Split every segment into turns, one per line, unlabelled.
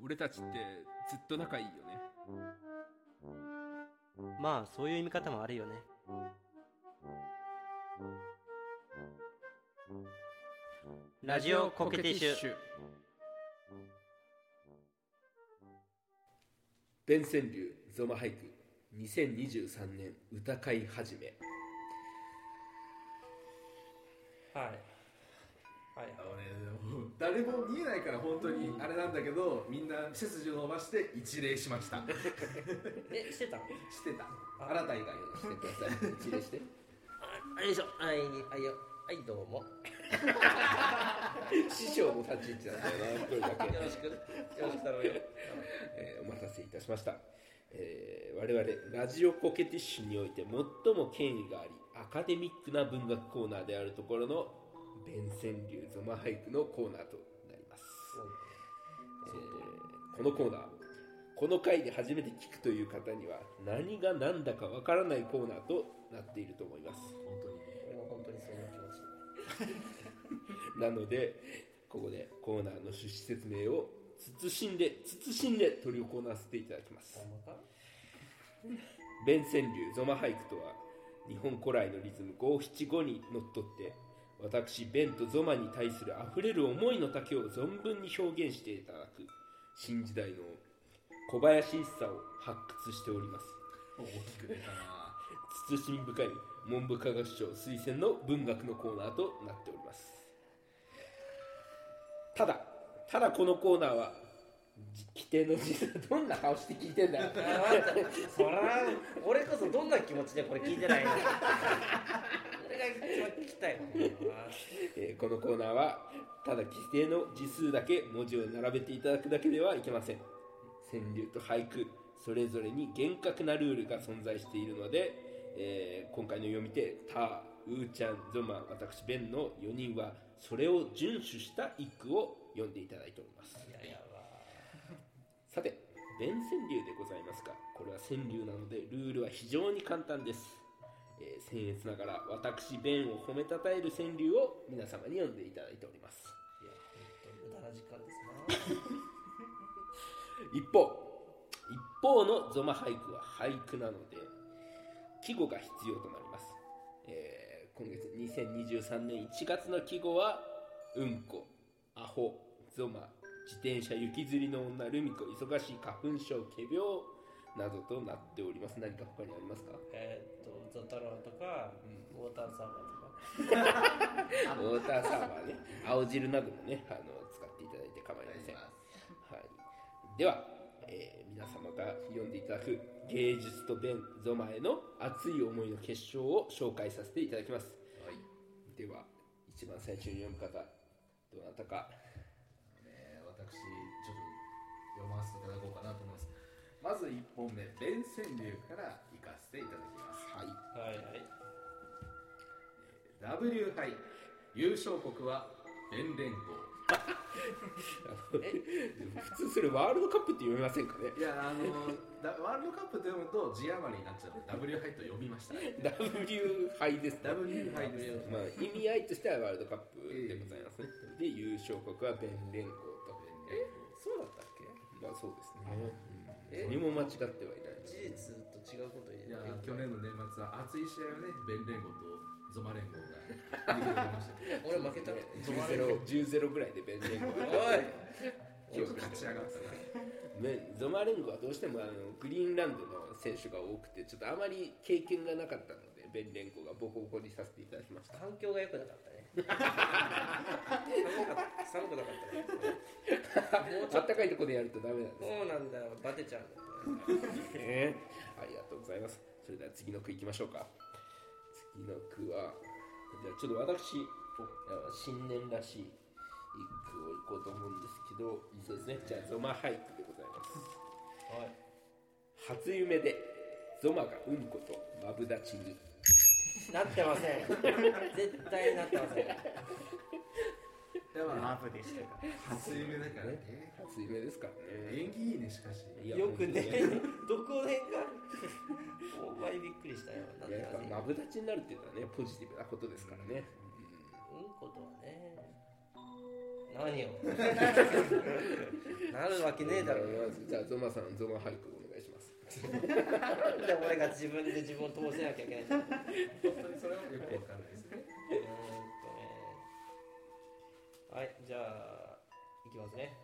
俺たちってずっと仲いいよね
まあそういう見方もあるよねラジオコケティッシュ
伝染流ゾマ俳句2023年歌会始め
はいはい
あのねもう誰も見えないから本当にあれなんだけどみんな背筋を伸ばして一礼しました
えしてたあ
してたあなた以外はしてくだ さい一礼して
あれでしょあいにあいよはいどうも
師匠の立ち位置なんだよなこれだけ
よろしくよろしく頼むよ
えーお待たせいたしました、えー我々ラジオコケティッシュにおいて最も権威がありアカデミックな文学コーナーであるところの弁川流ゾマ俳句のコーナーとなります、えーこのコーナーこの回で初めて聞くという方には何が何だかわからないコーナーとなっていると思います
本当に
俺も本当にそんな気持ち
なのでここでコーナーの趣旨説明を慎んで慎んで取り行わせていただきます
ほんまか
弁川流ゾマ俳句とは日本古来のリズム五七五にのっとって私弁とゾマに対するあふれる思いの丈を存分に表現していただく新時代の小林一茶を発掘しております
大きく出たな
慎み深い文部科学省推薦の文学のコーナーとなっておりますただただこのコーナーはじ規定の時代どんな顔して聞いてんだよ
そら俺こそどんな気持ちでこれ聞いてないの俺が一番聞きたい
えーこのコーナーはただ規定の字数だけ文字を並べていただくだけではいけません川柳と俳句それぞれに厳格なルールが存在しているので、えー今回の読み手ターウーちゃんゾマ私ベンの4人はそれを遵守した一句を読んでいただいておりますさて弁川柳でございますがこれは川柳なのでルールは非常に簡単です、えー、僭越ながら私弁を褒めたたえる川柳を皆様に読んでいただいております
無駄な時間ですな
一方一方のゾマ俳句は俳句なので季語が必要となります、えー今月2023年1月の季語はうんこアホゾマ自転車雪吊りの女ルミ子忙しい花粉症仮病などとなっております何か他にありますか
えーっとゾタロウとか、ウォーターサーバーとか
ウォーターサーバーね青汁などもねあの使っていただいて構いません、はい、では、えー皆様が読んでいただく芸術と弁ゾマへの熱い思いの結晶を紹介させていただきます、では一番最初に読む方どなたか
えー私ちょっと読ませていただこうかなと思いますまず1本目弁川流から行かせていただきます
はい
はいはい
W 杯優勝国は弁連合
普通それワールドカップって読めませんかね
いやあのだワールドカップと読むと字余りになっちゃうので W 杯と読みました
W 杯ですね
W 杯です
まあ、意味合いとしてはワールドカップでございますね、で優勝国はベン連合と
え
そうだったっけまあそうですね、うん、何も間違ってはいない
事実と違うこと言え
いや
ない
去年の年末は熱い試合をね弁連合とゾマ連合が見てくれ ましたけど
俺負けたけ
10-0 10-0ぐらいでベン連合
おい
ちょっと勝ち上がった な
ねゾマ連合はどうしてもあのグリーンランドの選手が多くてちょっとあまり経験がなかったのでベン連合がボコボコにさせていただきました
環境が良くなかったね寒かった寒くなかったねもうち
あ
ょっ
ったかいとこでやるとダメなん
と
で
そうなんだよバテちゃうんだよ
すねありがとうございますそれでは次の句いきましょうか次の句はじゃあちょっと私あの新年らしい一句をいこうと思うんですけどそうですねじゃあゾマ俳句でございます
はい
初夢でゾマがうんことマブダチに
なってません絶対なってません
だから
マブでしたか
初夢だからね
初夢ですからね
縁起いいねしかし
い
ら
や
よくね
本当に
どこでかお前びっくりしたよなん
いや
で
やっぱ
か
マブダチになるっていうのはねポジティブなことですからね、
うんことはね何を なるわけねえだろ
うんじゃあゾマさんゾマ俳句お願いします
なんで俺が自分で自分を通せなきゃいけないんだろうう
本当にそれはよくわかんないですね
ーんとねはいじゃあいきますね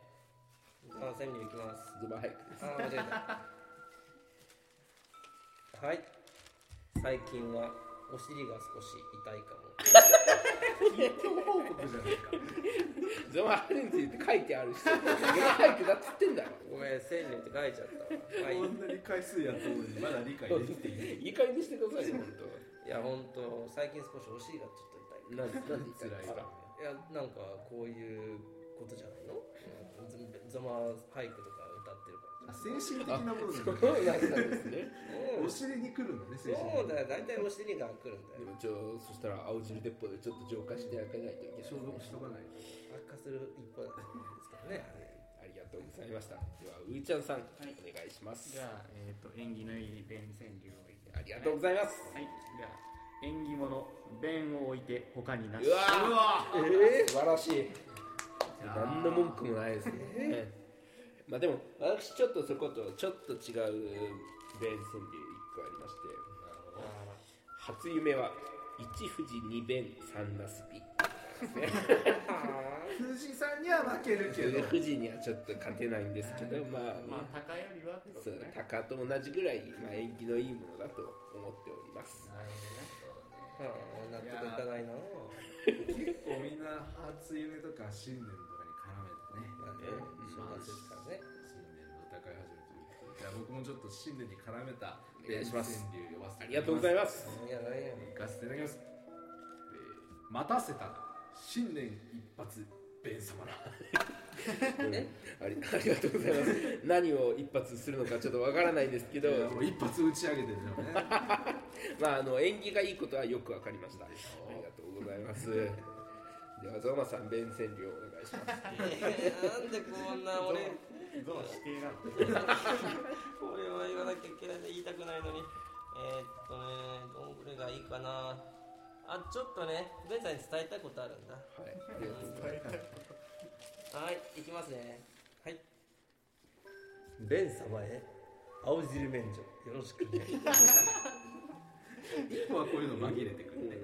3戦にいきます
ゾマ俳句です
あー間違えたはい最近はお尻が少し痛いかも
近況報告じゃないか
ゾマハレンジって書いてあるしゾマ俳句だっつってんだろ
ごめん千里って書いちゃったわはい
こんなに回数やったのにまだ理解できていない
いい加減にしてくださいよ本
いや本当最近少しお尻がちょっと
当なんでなんで
辛い
あ
か
ら
ら
痛いいやなんかこういうことじゃないのうんゾゾマ俳句とか歌ってるから
あ精神的なもの
す
なんだ
ごいやつなんですね
お尻に来るのね精神的
そう
に
だよ大体お尻が来るんだ
でも
よ
ちょそしたら青汁鉄砲でちょっと浄化してあげないといけない
消毒しとかないと
悪化する一方なんですけどね
ありがとうございましたではうーちゃんさん、お願いします
じゃあ、えっ、と、縁起のいい弁川柳を置いて。
ありがとうございます、
はい、じゃあ、縁起物、弁を置いて、他になし。
うわー
え
素晴らしい何の文句もないですね、 まあでも私ちょっとそことちょっと違う弁川柳1個ありまして初夢は一富士二弁三ナスビ
富士山には負けるけど
富士にはちょっと勝てないんですけどまあ、
まあ、高よりはってこ
そ
と
う
ね。
鷹と同じぐらい、まあ、縁起のいいものだと思っております
うん納得いかないな
結構みんな初夢とか新年とかに絡めてね
まあね正月ですからね
新年の歌会始めてるじゃあ僕もちょっと新年に絡めた
お願いします
川柳読ませて
ありがとうござい
ま
ます
いやないよ
す行かせていただきます、えー待たせた新年一発弁様ら
うんあり ありがとうございます何を一発するのかちょっとわからないんですけど
もう一発打ち上げてるじゃんね
まああの縁起がいいことはよくわかりましたありがとうございますではゾウマさん弁川柳をお願いします
なんでこんな俺
ゾウ指定なの。
これは言わなきゃいけないで言いたくないのにえー、っとねどんぐらいがいいかなあちょっとねベンさんに伝えたいことあるんだ
はいありがとうございます
はい行きますねはいベン様へ青汁免除よろしくね
一個はこういうの紛れてくるね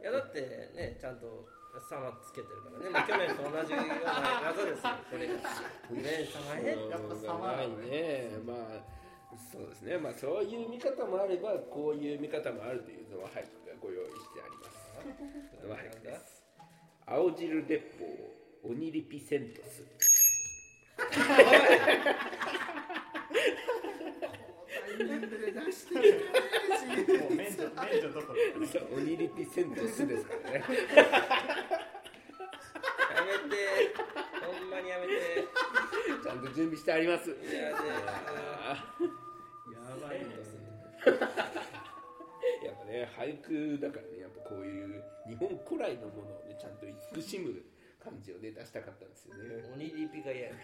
いやだってねちゃんと様つけてるからね、まあ、去年と同じような謎ですよこれベン様へ
やっぱ様な
ない
の
ねまあそうですねまあそういう見方もあればこういう見方もあるというのは俳句がご用意してありますのは俳句です青汁鉄砲鬼リピセントス
もう免除、免除どころ か。
鬼リピセントスですからね
やめてほんまにやめて
ちゃんと準備してあります
いやで
やばいね
やっぱね俳句だからねやっぱこういう日本古来のものをねちゃんと慈しむ感じをね出したかったんですよね
鬼リピが嫌や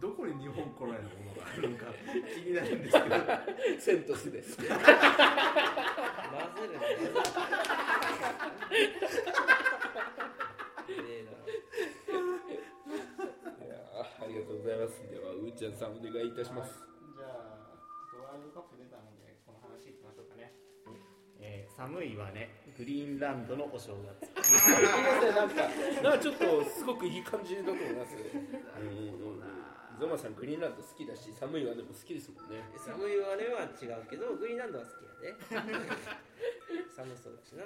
どこに日本古来のものがあるのか気になるんですけど
セントスです
混ぜるねえ
いやーありがとうございますではうーちゃんさんお願いいたします
じゃあ、ちょっとワールドカップ出たので、この話いきましょうかね。えー、寒いはね、グリーンランドのお正月。
なんかなんかちょっとすごくいい感じだと思いますうんうんうんゾマさんグリーンランド好きだし寒いわでも好きですも んね
な寒いあれは違うけどグリーンランドは好きやで寒そうだしな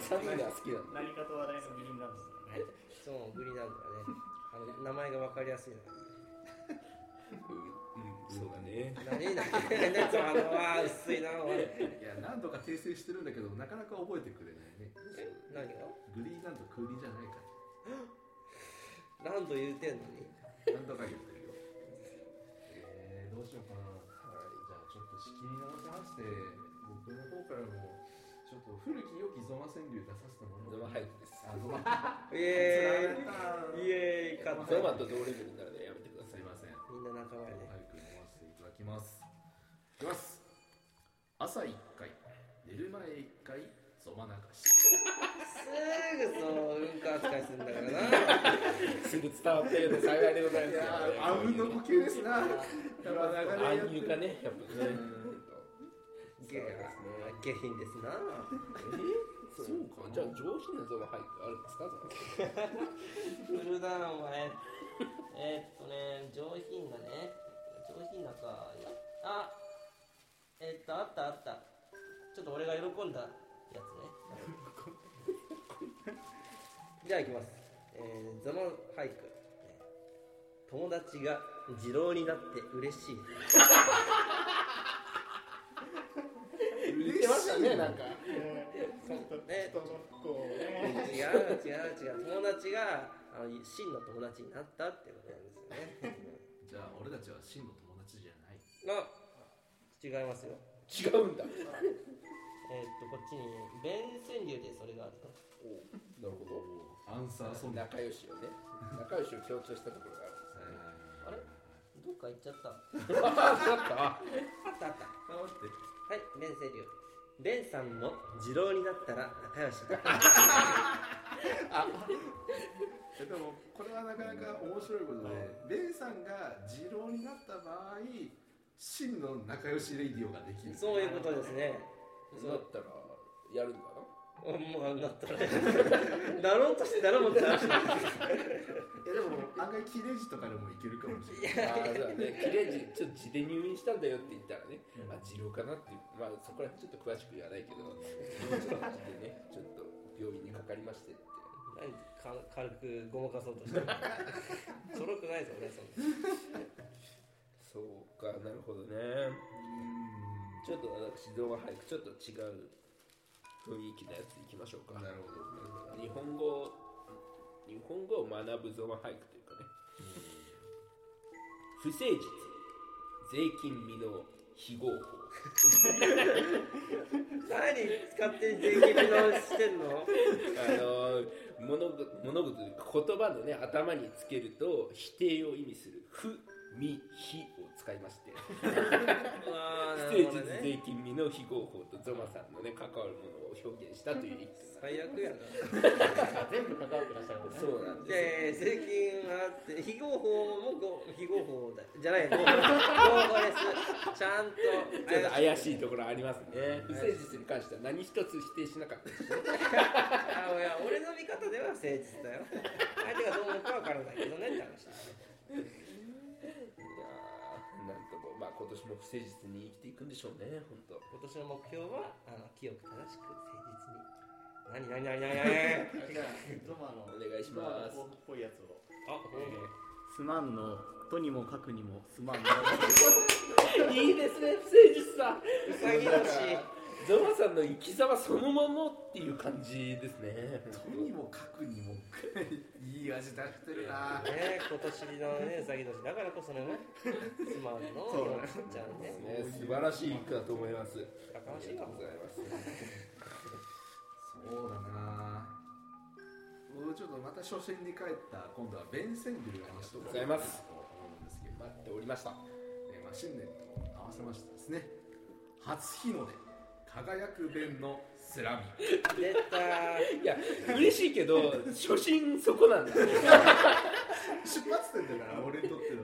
寒いのは好きなんだ
何かと話題のグリーンランド だよね。
そうグリーンランドはねあの名前が分かりやすいな
うん、うん、そうだね
何 だ何そのあのあー薄いなおい
いや何度か訂正してるんだけどなかなか覚えてくれないね
何が
グリーンランドクーリーじゃないか
ランド言うてんのに
ら何度か言ってるよえー、どうしようかなはいじゃあちょっと仕切り直しまして僕の方からもちょっと古き良きゾマ川柳出させてもらおう
ゾマ俳句です
あゾマ
イエーイイ
イ
エーイ勝った
ゾマと同レベルになるのでやめてくださ
す
い
いません
みんな仲間やね
早く飲ませていただきます。いきます。朝1回、寝る前1回、そば流し。
すぐそううんこ扱いするんだからな
すぐ伝わったようで幸いでございます
あうんの呼吸ですな。
暗 入かねやっぱね
下品ですね下品ですな
そうかじゃあ上品なゾマ俳句あるんですかゾマ
振るなお前えーっとね上品なね上品なかいやあえーっとあったあったちょっと俺が喜んだやつねじゃあいきますえー、ゾマ俳句えー友達が次郎になって嬉 しい
言ってましたね、なんか。
ね
人の不幸をね
違う違う違う友達があの真の友達になったってことなんですよ ね
じゃあ、俺たちは真の友達じゃない。
あ違いますよ
違うんだ
えーっとこっちに弁川柳でそれがある
な
の
るほど
アンサーソング。
仲良しをね仲良しを強調したところがある
あれどっか行っちゃったあったあった
頑張って。
はい弁川柳弁さんも次郎になったら仲良しだ
えでも、これはなかなか面白いことで、レイさんが二郎になった場合、真の仲良しレイディオができる。
そういうことですね
そうだったらやるんだな
おもうなったら なろうとしてなろうとして
いや、でも、案外切れ字とかでもいけるかもしれない。
ああそうだね切れ字ちょっと字で入院したんだよって言ったらね、まあ治療かなっていうまあそこら辺ちょっと詳しく言わないけ どちょっと字でねちょっと病院にかかりましてって
何か軽くごまかそうとしてるちょろくないぞねそんな
そうかなるほどねちょっと私動画早くちょっと違う雰囲気のやついきましょうか
なるほど。
日本語日本語を学ぶゾマ俳句というかね不誠実税金未納非合法
何使って税金未納してんの
あの物事物事言葉のね頭につけると否定を意味する「不」「み」「非」を使いまして
まあ
不
な
誠
る
実
ほどね
税金未納非合法とゾマさんのね関わるものを表現したという一句
最悪やな
全部関わってらっしゃるもんね
そうなんです
で税金はって非合法もご非合法だじゃない合法ですちゃんと
ちょっと怪
い
しいところありますね不誠実に関しては何一つ否定しなかったですね
あいや俺の見方では誠実だよ相手がどう思うかわからないけどねって
い
話
やーなんともまあ今年も不誠実に生きていくんでしょうね本当
今年の目標はあの清く正しく誠実に何何何何何
じゃあゾマの
お願いし
ゾマの
ます
抱負っぽいやつを
あ
すまんのとにもかくにもすまんの
いいですね不誠実さ
うさぎ年
ゾマさんの生き様そのままっていう感じですね
とにもかくにもいい味出してるな
ね、今年のね、うさぎ年だからこそのね、すまんの、
そう
よっちゃんね、
ね素晴らしい句だと思います
やかまし
あ
い
りが
わ
とう。ございます
そうだな僕ちょっとまた初心に帰った今度は弁川柳の話
ありがと
とか
うございます
と思うんですけど、まあ
待っておりました
えーまあ、新年と合わせましてですね初日の出輝く弁のスラミ
出たー。
いや嬉しいけど初心そこなんだ
出発点だから俺にとって の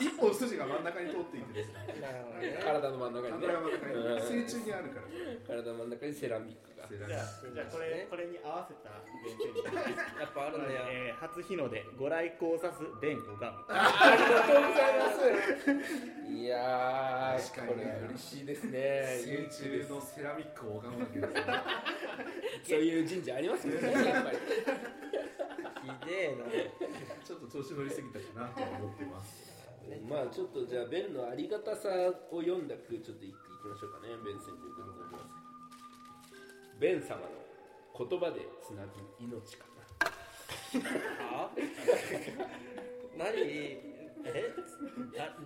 一本筋が真ん中に通っていてです ね
なるほどね。
体の真ん中
真ん
にね
中が真ん中に
うん
成虫にあるから
体の真ん中にセラミックが
セラミ
じゃあじゃあこれこれに合わせた弁天に
やっぱあるんだよ。
えー初日の出ご来光を指す弁護が
ありがとうございますいやー
確か
こ
にね
れは嬉しいですね
成虫のセラミックを拝むわけですね
そういう神社ありますよねやっぱり
ひでえ
ちょっと調子乗りすぎたかなと思ってます。
まあちょっとじゃあベンのありがたさを読んだ句ちょっと一句いきましょうかねベン川柳でございますベン様の言葉でつなぐ命かな
な。 は何え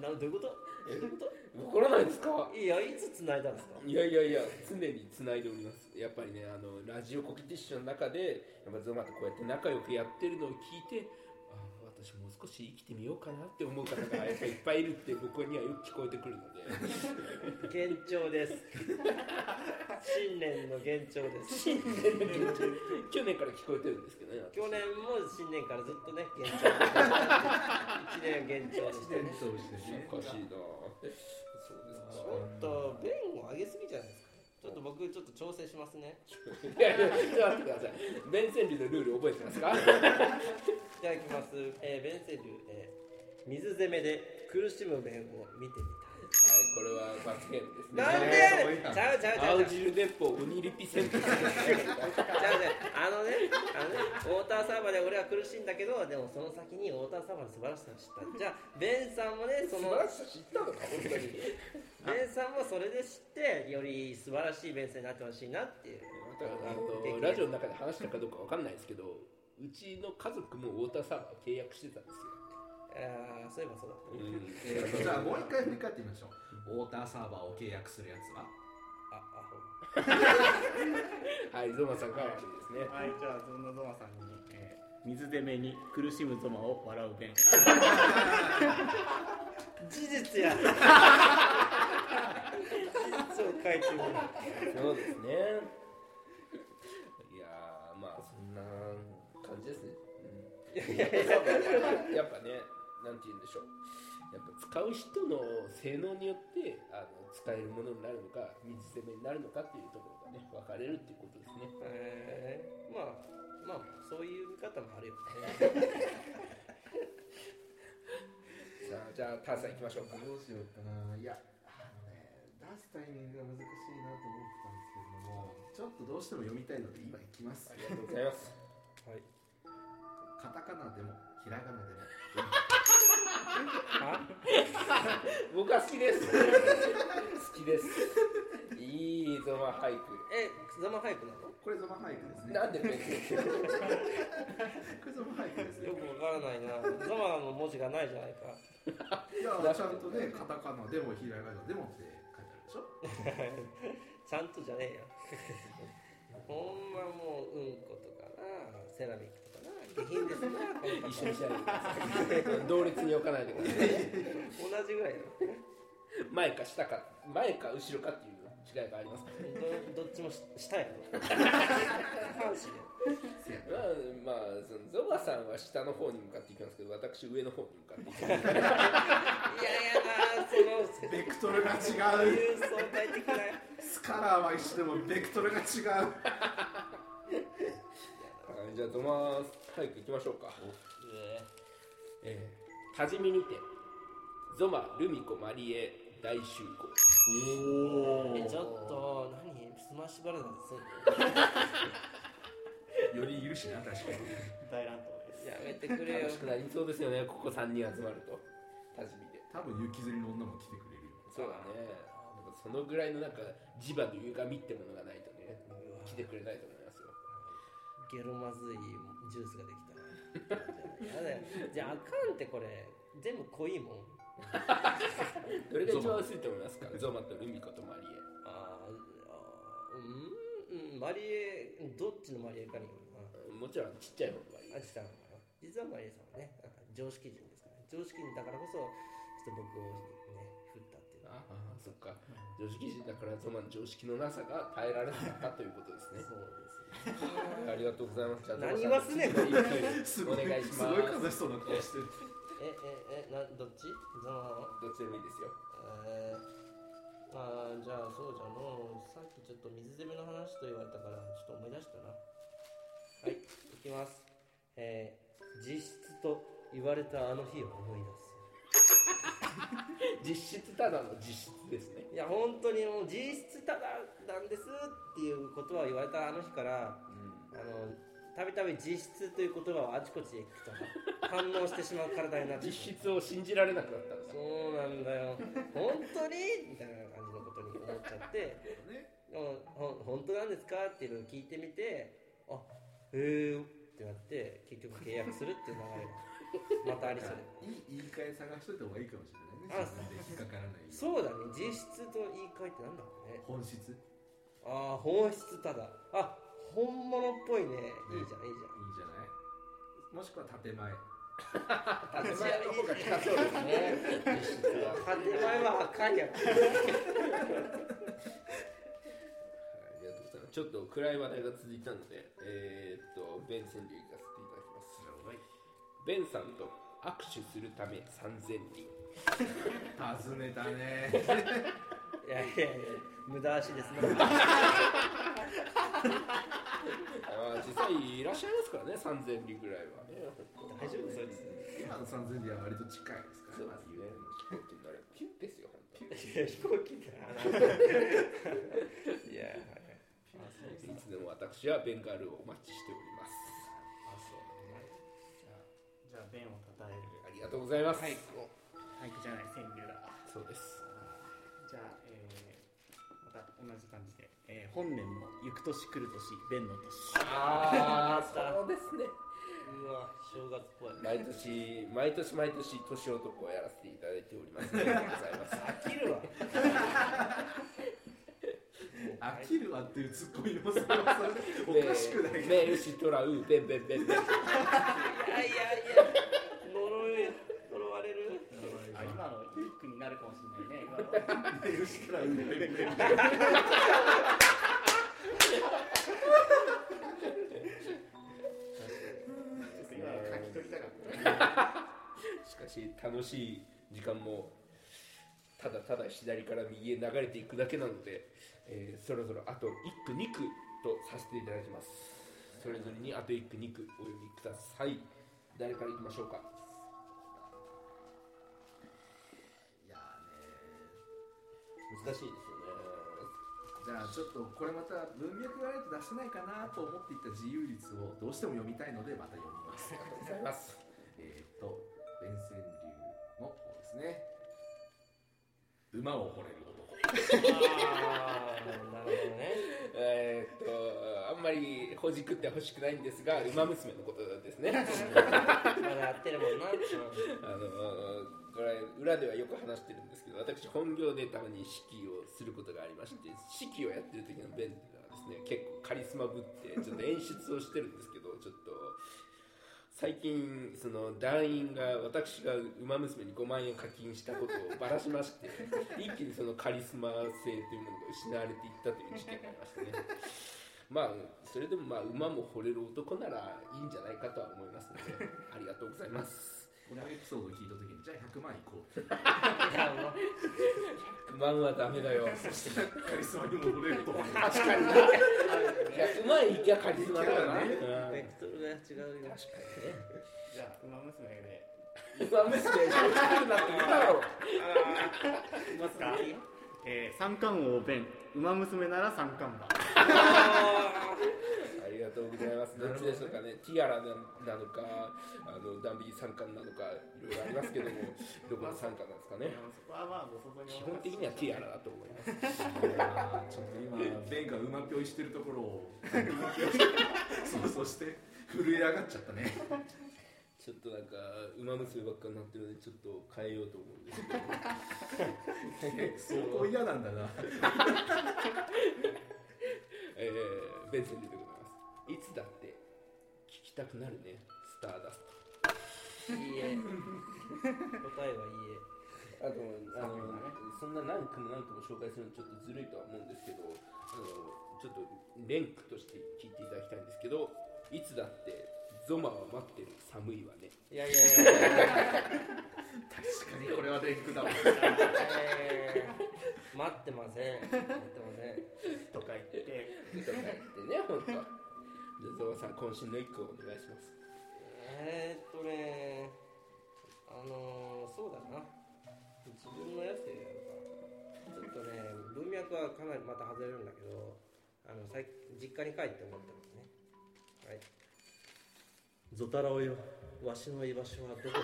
ななどういうことどういうこと
わからないですか
いや、いつ繋いだんですか
いやいやいや常につないでおりますやっぱりねあのラジオコキティッシュの中でやっぱゾマとこうやって仲良くやってるのを聞いてあ私もう少し生きてみようかなって思う方がやっぱいっぱいいるって僕にはよく聞こえてくるので
幻聴です。新年の幻聴です。去
去年から聞こえてるんですけどね 私
年も新年からずっとね、幻聴。一年幻聴でしたね。
そうしてね
おかしいな
ち
そ
ょっと、弁を上げすぎじゃないですか。ちょっと僕、ちょっと調整しますね。
うですかいやいやちょっと待ってください弁川流のルール覚えてますか
いただきます。えー、ベンセル、えー、水攻めで苦しむ面を見てみ
はいこれは罰ゲームですね
たい。なんで
そういう
ち
の
ゃうちゃうちゃうちゃう。
青汁鉄砲鬼リピ戦闘
じゃあね、あのね、あのね、ウォーターサーバーで俺は苦しいんだけど、でもその先にウォーターサーバーの素晴らしさを知った。じゃあ、ベンさんもね、その、
さ知ったのか本当に
ベンさんもそれで知って、より素晴らしいベンさんになってほしいなっていう。
あのラジオの中で話したかどうかわかんないですけどうちの家族もウォーターサーバー契約してたんですよ、
あーそういえばそうだ。
えーじゃあもう一回振り返ってみましょうウォーターサーバーを契約するやつは
あ、あほ
はいゾマさんからですね
はい、じゃあ、そんなゾマさんに、えー水攻めに苦しむゾマを笑う弁。
事実や。事実を書いてみる。
そうですねいやーまあそんな感じですね、うん、やっぱねなんて言うんでしょうやっぱ使う人の性能によってあの使えるものになるのか水攻めになるのかっていうところがね分かれるっていうことですね
えー、まあ、まあ、そういう見方もあるよね。
さあじゃあターさん行きましょうか
どうしようかないやあのね出すタイミングが難しいなと思ってたんですけどもちょっとどうしても読みたいので今いきます
ありがとうございます
はい。
カタカナでもひらがなでも
僕は好きです好きですいいぞま俳句
え、ザマ俳句なの
これゾマ俳句ですね
なんで勉強してる
これゾマ俳句です
よ
よ
くわからないな。ゾマの文字がないじゃないか。
いやちゃんとねカタカナでもひらがなでもって書いてあるでしょ
ちゃんとじゃねえよ。ほんまもう、うんことかな、セラミックとかな、下品ですな、この
一
方
緒にしないでください同列に置かないでください
同じぐらいよ。
前か下か前か後ろかっていう違いがありますからね
どどっちもし下やろ。半身や
せや
まあ、まあ、そのゾバさんは下の方に向かっていきますけど私上の方に向かっていきます
いやいやな、その、そう
ベクトルが違う
いう相対的な。
スカラーは一緒でもベクトルが違う
はいじゃあゾマ早く行きましょうかえー多治見にてゾマルミコマリエ大集合
お
え、ちょっと、何スマッシュバラなんですんの
よりいるしな確かに
大乱闘です。
やめてくれよ
楽。しくなりそうですよねここ3人集まると多治見で
多分雪吊りの女も来てくれるよ
そうだねなんかそのぐらいのなんか磁場の歪みってものがないとね来てくれないと思いますよ
ゲロまずいジュースができたな。やだよ。じゃあ、あかんってこれ、全部濃いもん。
どれが一番薄いと思いますかゾマとルミコとマリエ
あーあーうんうんマリエどっちのマリエかによるな
もちろんちっちゃい方がいい
あっちさんかな実はマリエさんはねなんか常識人ですから、ね、常識人だからこそちょっと僕をね振ったっていうのは
ああそっか常識人だからゾマの常識のなさが耐えられなかったということですね
そうです
あ
ね
りがとうございますじゃあ
何言いますね
ゾマさん
す
ごいお願いし ます
すごい悲しそうな顔してる
え ええなどっちじゃあ
どっちでもいいですよ
えー、あーじゃあそうじゃのうさっきちょっと水攻めの話と言われたからちょっと思い出したなはいいきますえー、実質と言われたあの日を思い出す
実質ただの実質ですね
いや本当にもう実質ただなんですっていうことは言われたあの日からあのたびたび実質という言葉をあちこちで聞くと反応してしまう体になってし
実質を信じられなくなったんだ
まうそうなんだよ本当にみたいな感じのことに思っちゃって
ね
でもほん本当なんですかっていうのを聞いってみてあへえってなって結局契約するっていう流れがまたありそう
いい言い換え探しといた方がいいかもしれない
あ
ね。自分で引っかからない。
そうだね実質と言い換えってなんだろうね
本質。いいじ
ああ本質ただあ本物っぽいねいいじゃんいいじ
ゃないもしくは建前。
ゃん建前
建前の方が近そうですね。
建前はあかんやろ
ありがとうございますちょっと暗い話題が続いたのでえー、っとベン川柳いかせていただきますベンさんと握手するため3000里
尋ねたね。
いやいやいや無駄足ですね
あー実際いらっしゃいますからね3000里ぐらいはね
大丈夫そうです
今の三千里は割と近いですか
そ
ら
う
まず
です
言
ね
う
飛行機になればピュッですよ本当に
いや飛行機だいや
いつでも私はベンガルをお待ちしております
あそうねじゃあじゃあ弁をたたえる
ありがとうございます、
はい俳句じゃない川柳だ
そうです
じゃあ、えー、また同じ感じで、えー、本年も行く年来る年弁の年
あーあ
そうですね
うわ正月っぽい
毎年毎年毎年年男をやらせていただいておりますありがとうございます
飽きるわ
飽きるわっていうツッコミもそれはそれでおかしくない
メールシトラウベンベンベンベン
いやいやいや呪い呪われる
あ今のいい句になるかもしれないね 今の
吉川運転
ちょっと今の書き取りたかった
しかし楽しい時間もただただ左から右へ流れていくだけなので、えーそろそろあと1句2句とさせていただきますそれぞれにあと1句2句お読みください誰からいきましょうか
いやーね
難しいですよね
じゃあちょっとこれまた文脈がないと出せないかなと思っていた自由律をどうしても読みたいのでまた読みます。
ありがとうございます
えーっと、弁川流の方ですね。馬を惚れる男。
ああなるほどね
えーっとあんまりほじくってほしくないんですが馬娘のことですね
まだやってるもんな
あのこれ裏ではよく話してるんですけど私本業でたまに指揮をすることがありまして指揮をやってる時のベンっていうのはですね結構カリスマぶってちょっと演出をしてるんですけどちょっと最近その団員が私が「ウマ娘」に5万円課金したことをばらしまして 一気にそのカリスマ性というものが失われていったという事件がありましたねまあそれでもまあ馬も惚れる男ならいいんじゃないかとは思いますのでありがとうございます
このエピソードを聞いた時に、じゃあ100万いこう。
いやもう
不満はダメだ よ
カリスマにも惚れる男。
確かにな100万いきゃカリスマだよな、
いけ
ベクトルが違うよ確かにね
じゃあ馬娘で
うん、馬娘で作るなって言うだろ
いきますか、えー、三冠王弁馬娘なら三冠馬
ありがとうございますどっちでしょうかねティアラななのかあのダンビー参観なのかいろいろありますけどもどこの参観なんですか
い
ね
やそこはまあご想像に
基本的にはティアラだと思います
ちょっと今、弁が馬ぴょいしてるところを、 そうそうして、震え上がっちゃったね。
ちょっとなんか馬娘ばっかになってるのでちょっと変えようと思うんですけど
相当嫌なんだな。
えー、ベンセンでございますいつだって聞きたくなるねスターダスト
いいえ答えはいいえ
あとあの、そんな何句も何句も紹介するのちょっとずるいとは思うんですけどあのちょっと連句として聞いていただきたいんですけどいつだってゾマは待ってる寒い わね
いやいやいやいやいや
確かにこれは連句だわ。
待ってません待ってません
とか言って
とか言ってね本当じゃあゾマさん渾身の一句をお願いします
えー、っとねあのー、そうだな自分のやつでやろうかちょっとね文脈はかなりまた外れるんだけどあのさい実家に帰って思ったんですねはい「ゾタラオよわしの居場所はどこです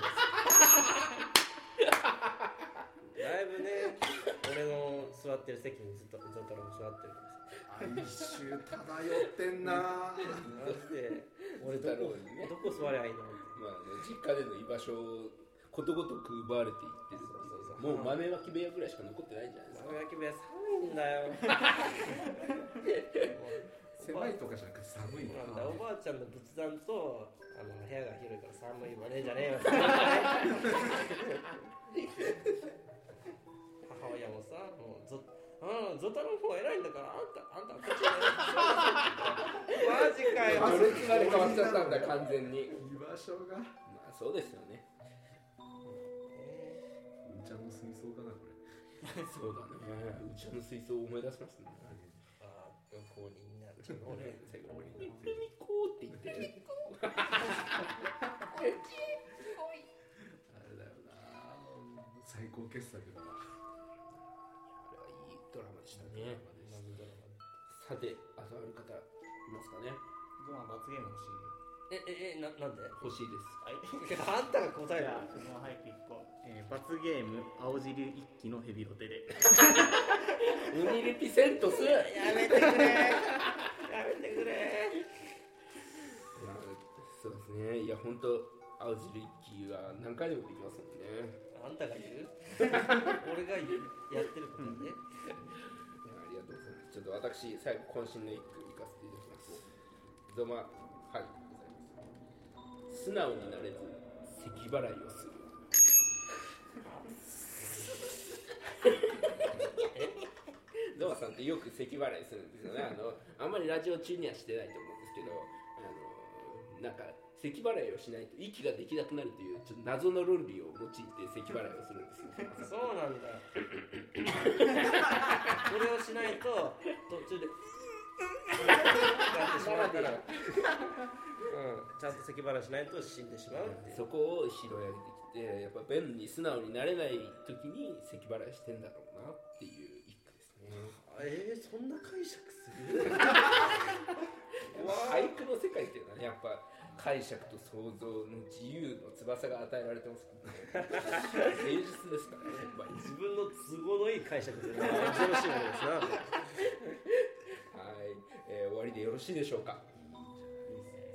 か? 」 だいぶね俺の座ってる席にずっとゾタラオも座ってるからさ
哀愁漂ってんな。
マジで俺ど
太郎
こ
にね
どこ座ればいいのって
まあね、実家での居場所をことごとく奪われていってるっていう
そうそうそ
も
う
う豆まき部屋ぐらいしか残ってないんじゃないですか
名古屋部屋寒いんだよ
狭いとかじゃなくて寒い
な
なん
だおばあちゃんの仏壇とあの部屋が広いから寒いわねじゃねえよ母親もさもうぞうん、ゾタの方偉いんだからあんたあんたこっちだよマジかよ
あ
序列がね変わっちゃったんだ完全に
居場所が
まあそうですよね
お茶の水槽かなこれ
そうだねうちの水槽を思い出しますね
あーここになっちゃうの俺
最後に「ルミコ」って言って
あれだよな最高傑作だな
あれはいいドラマでしたねさてあとある方いますかね
ドラマ罰ゲーム欲し
えええななんで
欲しいです
あいあんたが答
い
えろ
じゃあその俳句1個、えー、罰ゲーム青汁一気のヘビロテで
ウミリピセントス
やめてくれやめてくれ
いやそうですねいや本当青汁一気は何回でもできますもんね
あんたが言う俺が言うやってることだね
いやありがとうございますちょっと私最後渾身の一句いかせていただきますどうもはいございます素直になれず咳払いをするゾマさんってよく咳払いするんですよねあのあんまりラジオ中にはしてないと思うんですけどあのなんか咳払いをしないと息ができなくなるというちょっと謎の論理を用いて咳払いをするんですよ
そうなんだよこれをしないと途中でなってしまうからうんちゃんと咳払いしないと死んでしまうっていう
そこを拾い上げてきてやっぱ便に素直になれない時に咳払いしてんだろうなっていう一句ですね
あえー、そんな解釈する
俳句の世界っていうのはねやっぱ解釈と想像の自由の翼が与えられてます からね芸術ですからねやっぱり
自分の都合のいい解釈するのは恐ろしいものですな
はい、えー終わりでよろしいでしょうか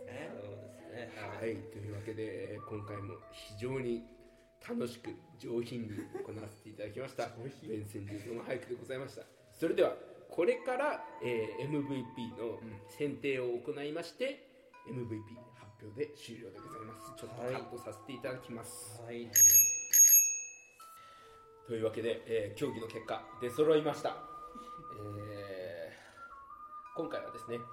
えそうですね
はい、というわけで、えー今回も非常に楽しく上品に行わせていただきました。弁泉流の俳句でございました。それでは、これから、えー MVP の選定を行いまして、MVP 発表で終了でございます。ちょっとカ
はい
ットさせていただきます。
はい
というわけで、えー競技の結果出揃いました、えー今回はですね、えー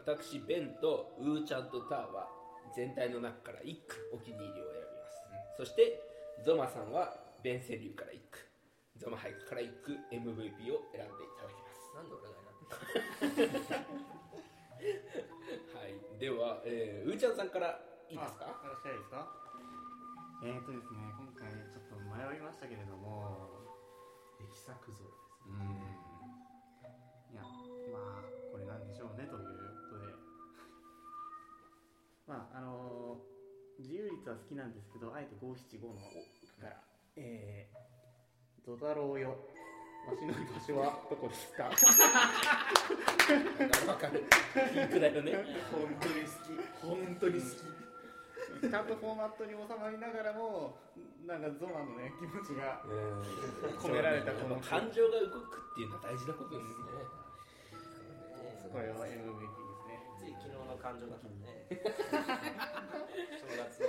私ベンとウーちゃんとターは全体の中から1句お気に入りを選びます、そしてゾマさんはベンセリューから1句ゾマ俳句から1句 MVP を選んでいただきます
なんで俺が選んだ
はいでは、えー、ウーちゃんさんからいいです
あよ
か
ろしいですかえー、とですね今回ちょっと迷いましたけれども
力作像です
うん
いやまあこれなんでしょうねということで まああの自由率は好きなんですけどあえて五七五の句から「えー、ゾタロウよわしの居場所はどこです
わ
か?」
かるいい句だよね
本当に好き本当に好き
ちゃんとフォーマットに収まりながらもなんかゾマのね気持ちが込められたこの句
感情が動くっていうのは大事なことですね
これは MVP ですね
つい昨日の感情だったね正月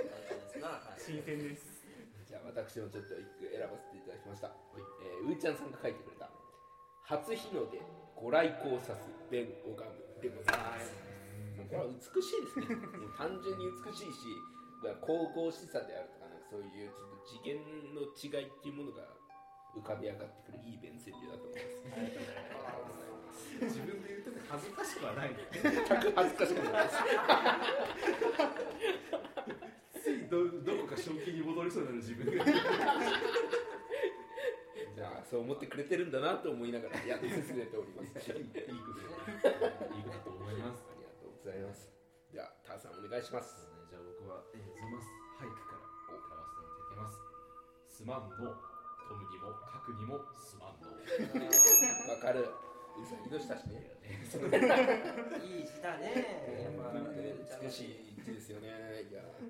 の感情ですな、はい
新鮮です
じゃあ私もちょっと一句選ばせていただきました、えー、うーちゃんさんが書いてくれた「初日の出ご来光さす弁拝む」でございますもうこれは美しいですねもう単純に美しいしまあ神々しさであるとかなんかそういうちょっと次元の違いっていうものが浮かび上がってくるいい弁川柳だと思い
自分で言ってて恥ずかしくはないね
ます全く恥 ずかしくないです
ついどどこか正気に戻りそうになる 自分が
じゃあそう思ってくれてるんだなと思いながらやって進めております
いいこといいこと思います
ありがとうございますじゃあターさんお願いします
じゃあ僕は、えー、ゾマス俳句から選ばせていただき ますすまんのうトムにも書くにもすまんのう
わかるうさぎ年だしね
いい字だねやっぱ
美しい字ですよねいや
こ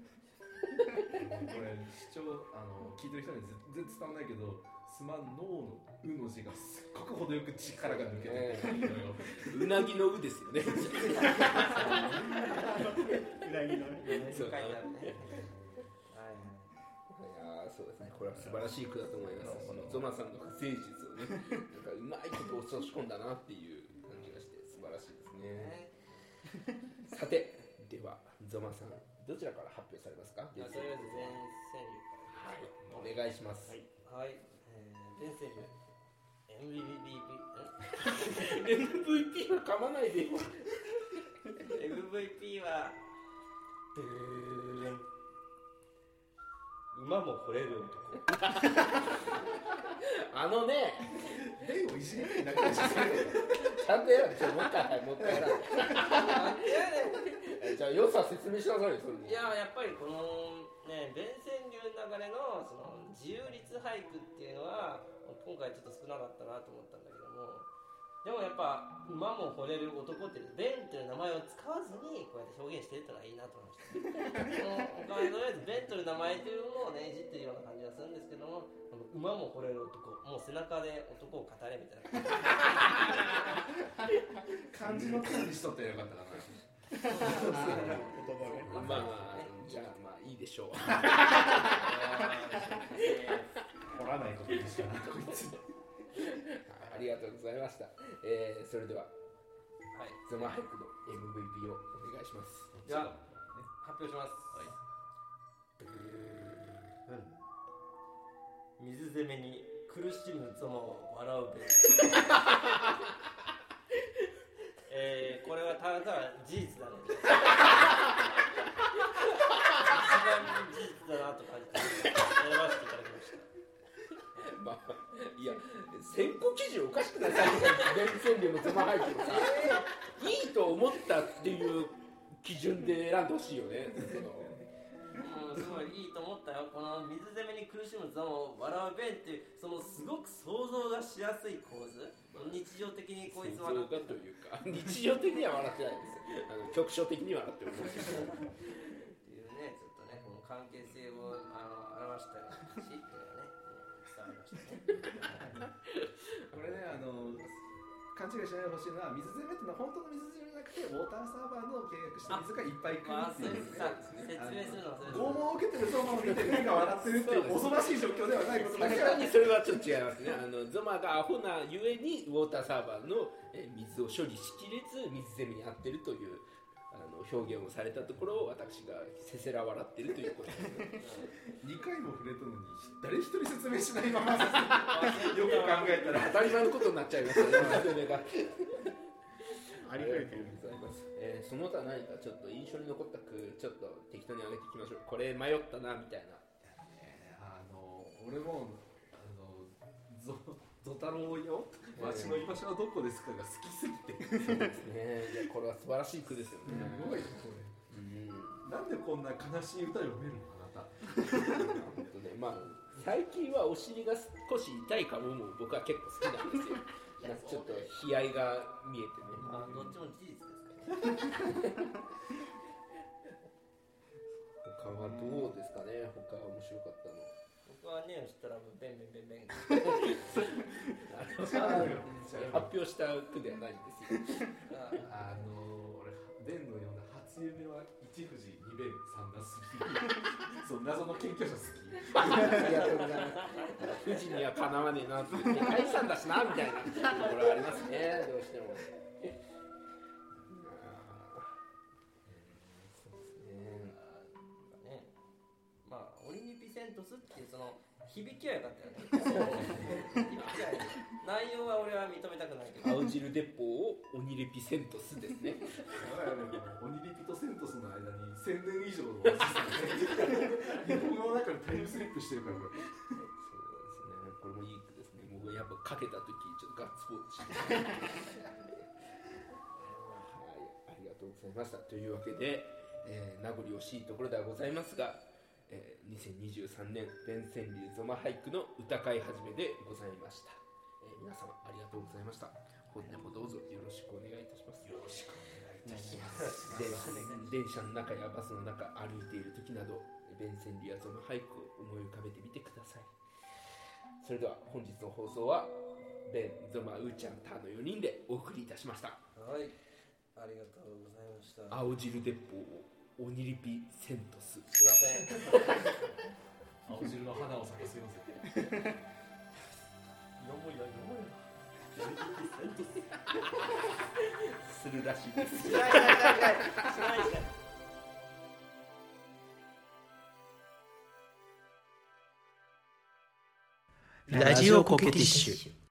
れ視聴あの聞いてる人には全然伝わんないけどすまんのうの「う」の字がすっごく程よく力が抜けてるのよ
うなぎのうですよね
うなぎのね
ね書いてあるねはいはい
いやーそうですね、これは素晴らしい句だと思います。この ゾマさんの不誠実をね、なんかうまいこと落とし込んだなっていう感じがして、素晴らしいですね。
ね
さて、では、ゾマさん、どちらから発表されますか
じゃあとりあえず全川柳から
はい、お願いします。
はい
はい、えー、ベンセル、MVP、ん
MVP は噛まないでよ。
MVP は、でーん馬も惚れる男。
あのね、
「で」をいじめてなくなっちゃった
ちゃんとやらなくて、もう一回、はい、もう一回やらなく
なんでやね
て。じゃあ、良さ説明しなさいよ、それも
んいや、やっぱりこの、ね、弁川流の中での、その、自由律俳句っていうのは、今回ちょっと少なかったなと思ったんだけども、でもやっぱ、馬も惚れる男って、弁っていう名前を使わずに、こうやって表現してるってのはいいなと思いました。そのとりあえずベントの名前というものをねいじってるような感じがするんですけどもこの馬も惚れる男もう背中で男を語れみたいな
漢字の管理しとったらよかったかな
言葉
まあまあ、じゃあ、まあ、いいでしょう。
掘らないことにしかなこいつ
ありがとうございました。えー、それでは、
はい
ゾマ俳句の MVP をお願いします。
では発表します、うん、水攻めに苦しむゾマを笑 うベンえー、これはただただ事実だね一番事実だなと感じて選ばせていただきました
まあ、いや、選考基準おかしくない最初から厳選料もつま入ってもさ、いいと思ったっていう基準で選んでほしいよね。その
うんすごいいいと思ったよこの水攻めに苦しむゾウを笑う弁っていうそのすごく想像がしやすい構図日常的にこいつ
想
笑
像
っ
がというか、日常的には笑ってないです。あの局所的には笑って思うけど。
っていうねちょっとねこの関係性をあの表したような詩っていうのがね伝わりましたね
これねあの勘違いしないでほしいのは水攻めってのは本当の水攻めじゃなくてウォーターサーバーの契約した水がいっぱい来る
まあ
っ
そ
ていうう
で
ね
すさ説明するのはそれ
拷問を受けてるゾウマを見て目が笑ってるっていう恐ろしい状況ではないことだけ
確
は
かにそれはちょっと違いますね。あのゾマがアホなゆえにウォーターサーバーのえ水を処理しきれず水攻めに合ってるという。あの表現をされたところを私がせせら笑ってるということですね、
2回も触れたのに誰一人説明しないま まよく考えたら
当たり前のことになっちゃいましたね水攻めが
ありふれてる
ございます、えーその他何かちょっと印象に残った句ちょっと適当に上げていきましょうこれ迷ったなみたいな
あの俺もあのゾゾ太郎よわしの居場所はどこですかが好きすぎて す
ねえいやこれは素晴らしい句ですよね
ごいこ
うん
れなんでこんな悲しい歌読めるのあなた
本当ねまあ最近はお尻が少し痛いかもも僕は結構好きなんですよなんかちょっと悲哀が見えてね
まあどっちも事実ですからね
他はどうですかね他面白かったの
僕はね知ったらもうベンベンベンベン
発表した句ではないんですよ
あ
あの俺弁のような初夢は一富士二弁三なすびそう謎の研究者好き
ありがとうございます。富士にはかなわねえなって、世界遺産だしなみたいなところありますね、どうしても。うんそうですね
ねまあオリニピセントスっていうその響きは良かったよね響きは良かった内容は俺は認めたくないけど
青汁鉄砲を鬼レピセントスですね。
我々も鬼リピとセントスの間に1000年以上 のおじさんね日本語の中でタイムスリップしてるからこれ
そうですね、これもいい句ですね。僕やっぱかけた時、ちょっとガッツポーズして。はい、ありがとうございました。というわけで、えー名残惜しいところではございますが、えー2023年、弁川流ゾマ俳句の歌会始めでございました。えー皆様ありがとうございました。本年もどうぞよろしくお願いいたします
よろしくお願いいたします
電電車の中やバスの中歩いている時など便箋リアゾの俳句を思い浮かべてみてくださいそれでは本日の放送はベン、ゾマ、ウーちゃん、タの4人でお送りいたしました
はいありがとうございました
青汁鉄砲を鬼リピセントス
すいません
青汁の花を咲かせようぜ
読むよ読むよ
するらしいです
しないしないしないしない
ラ
しない
ジオコケティッシュ。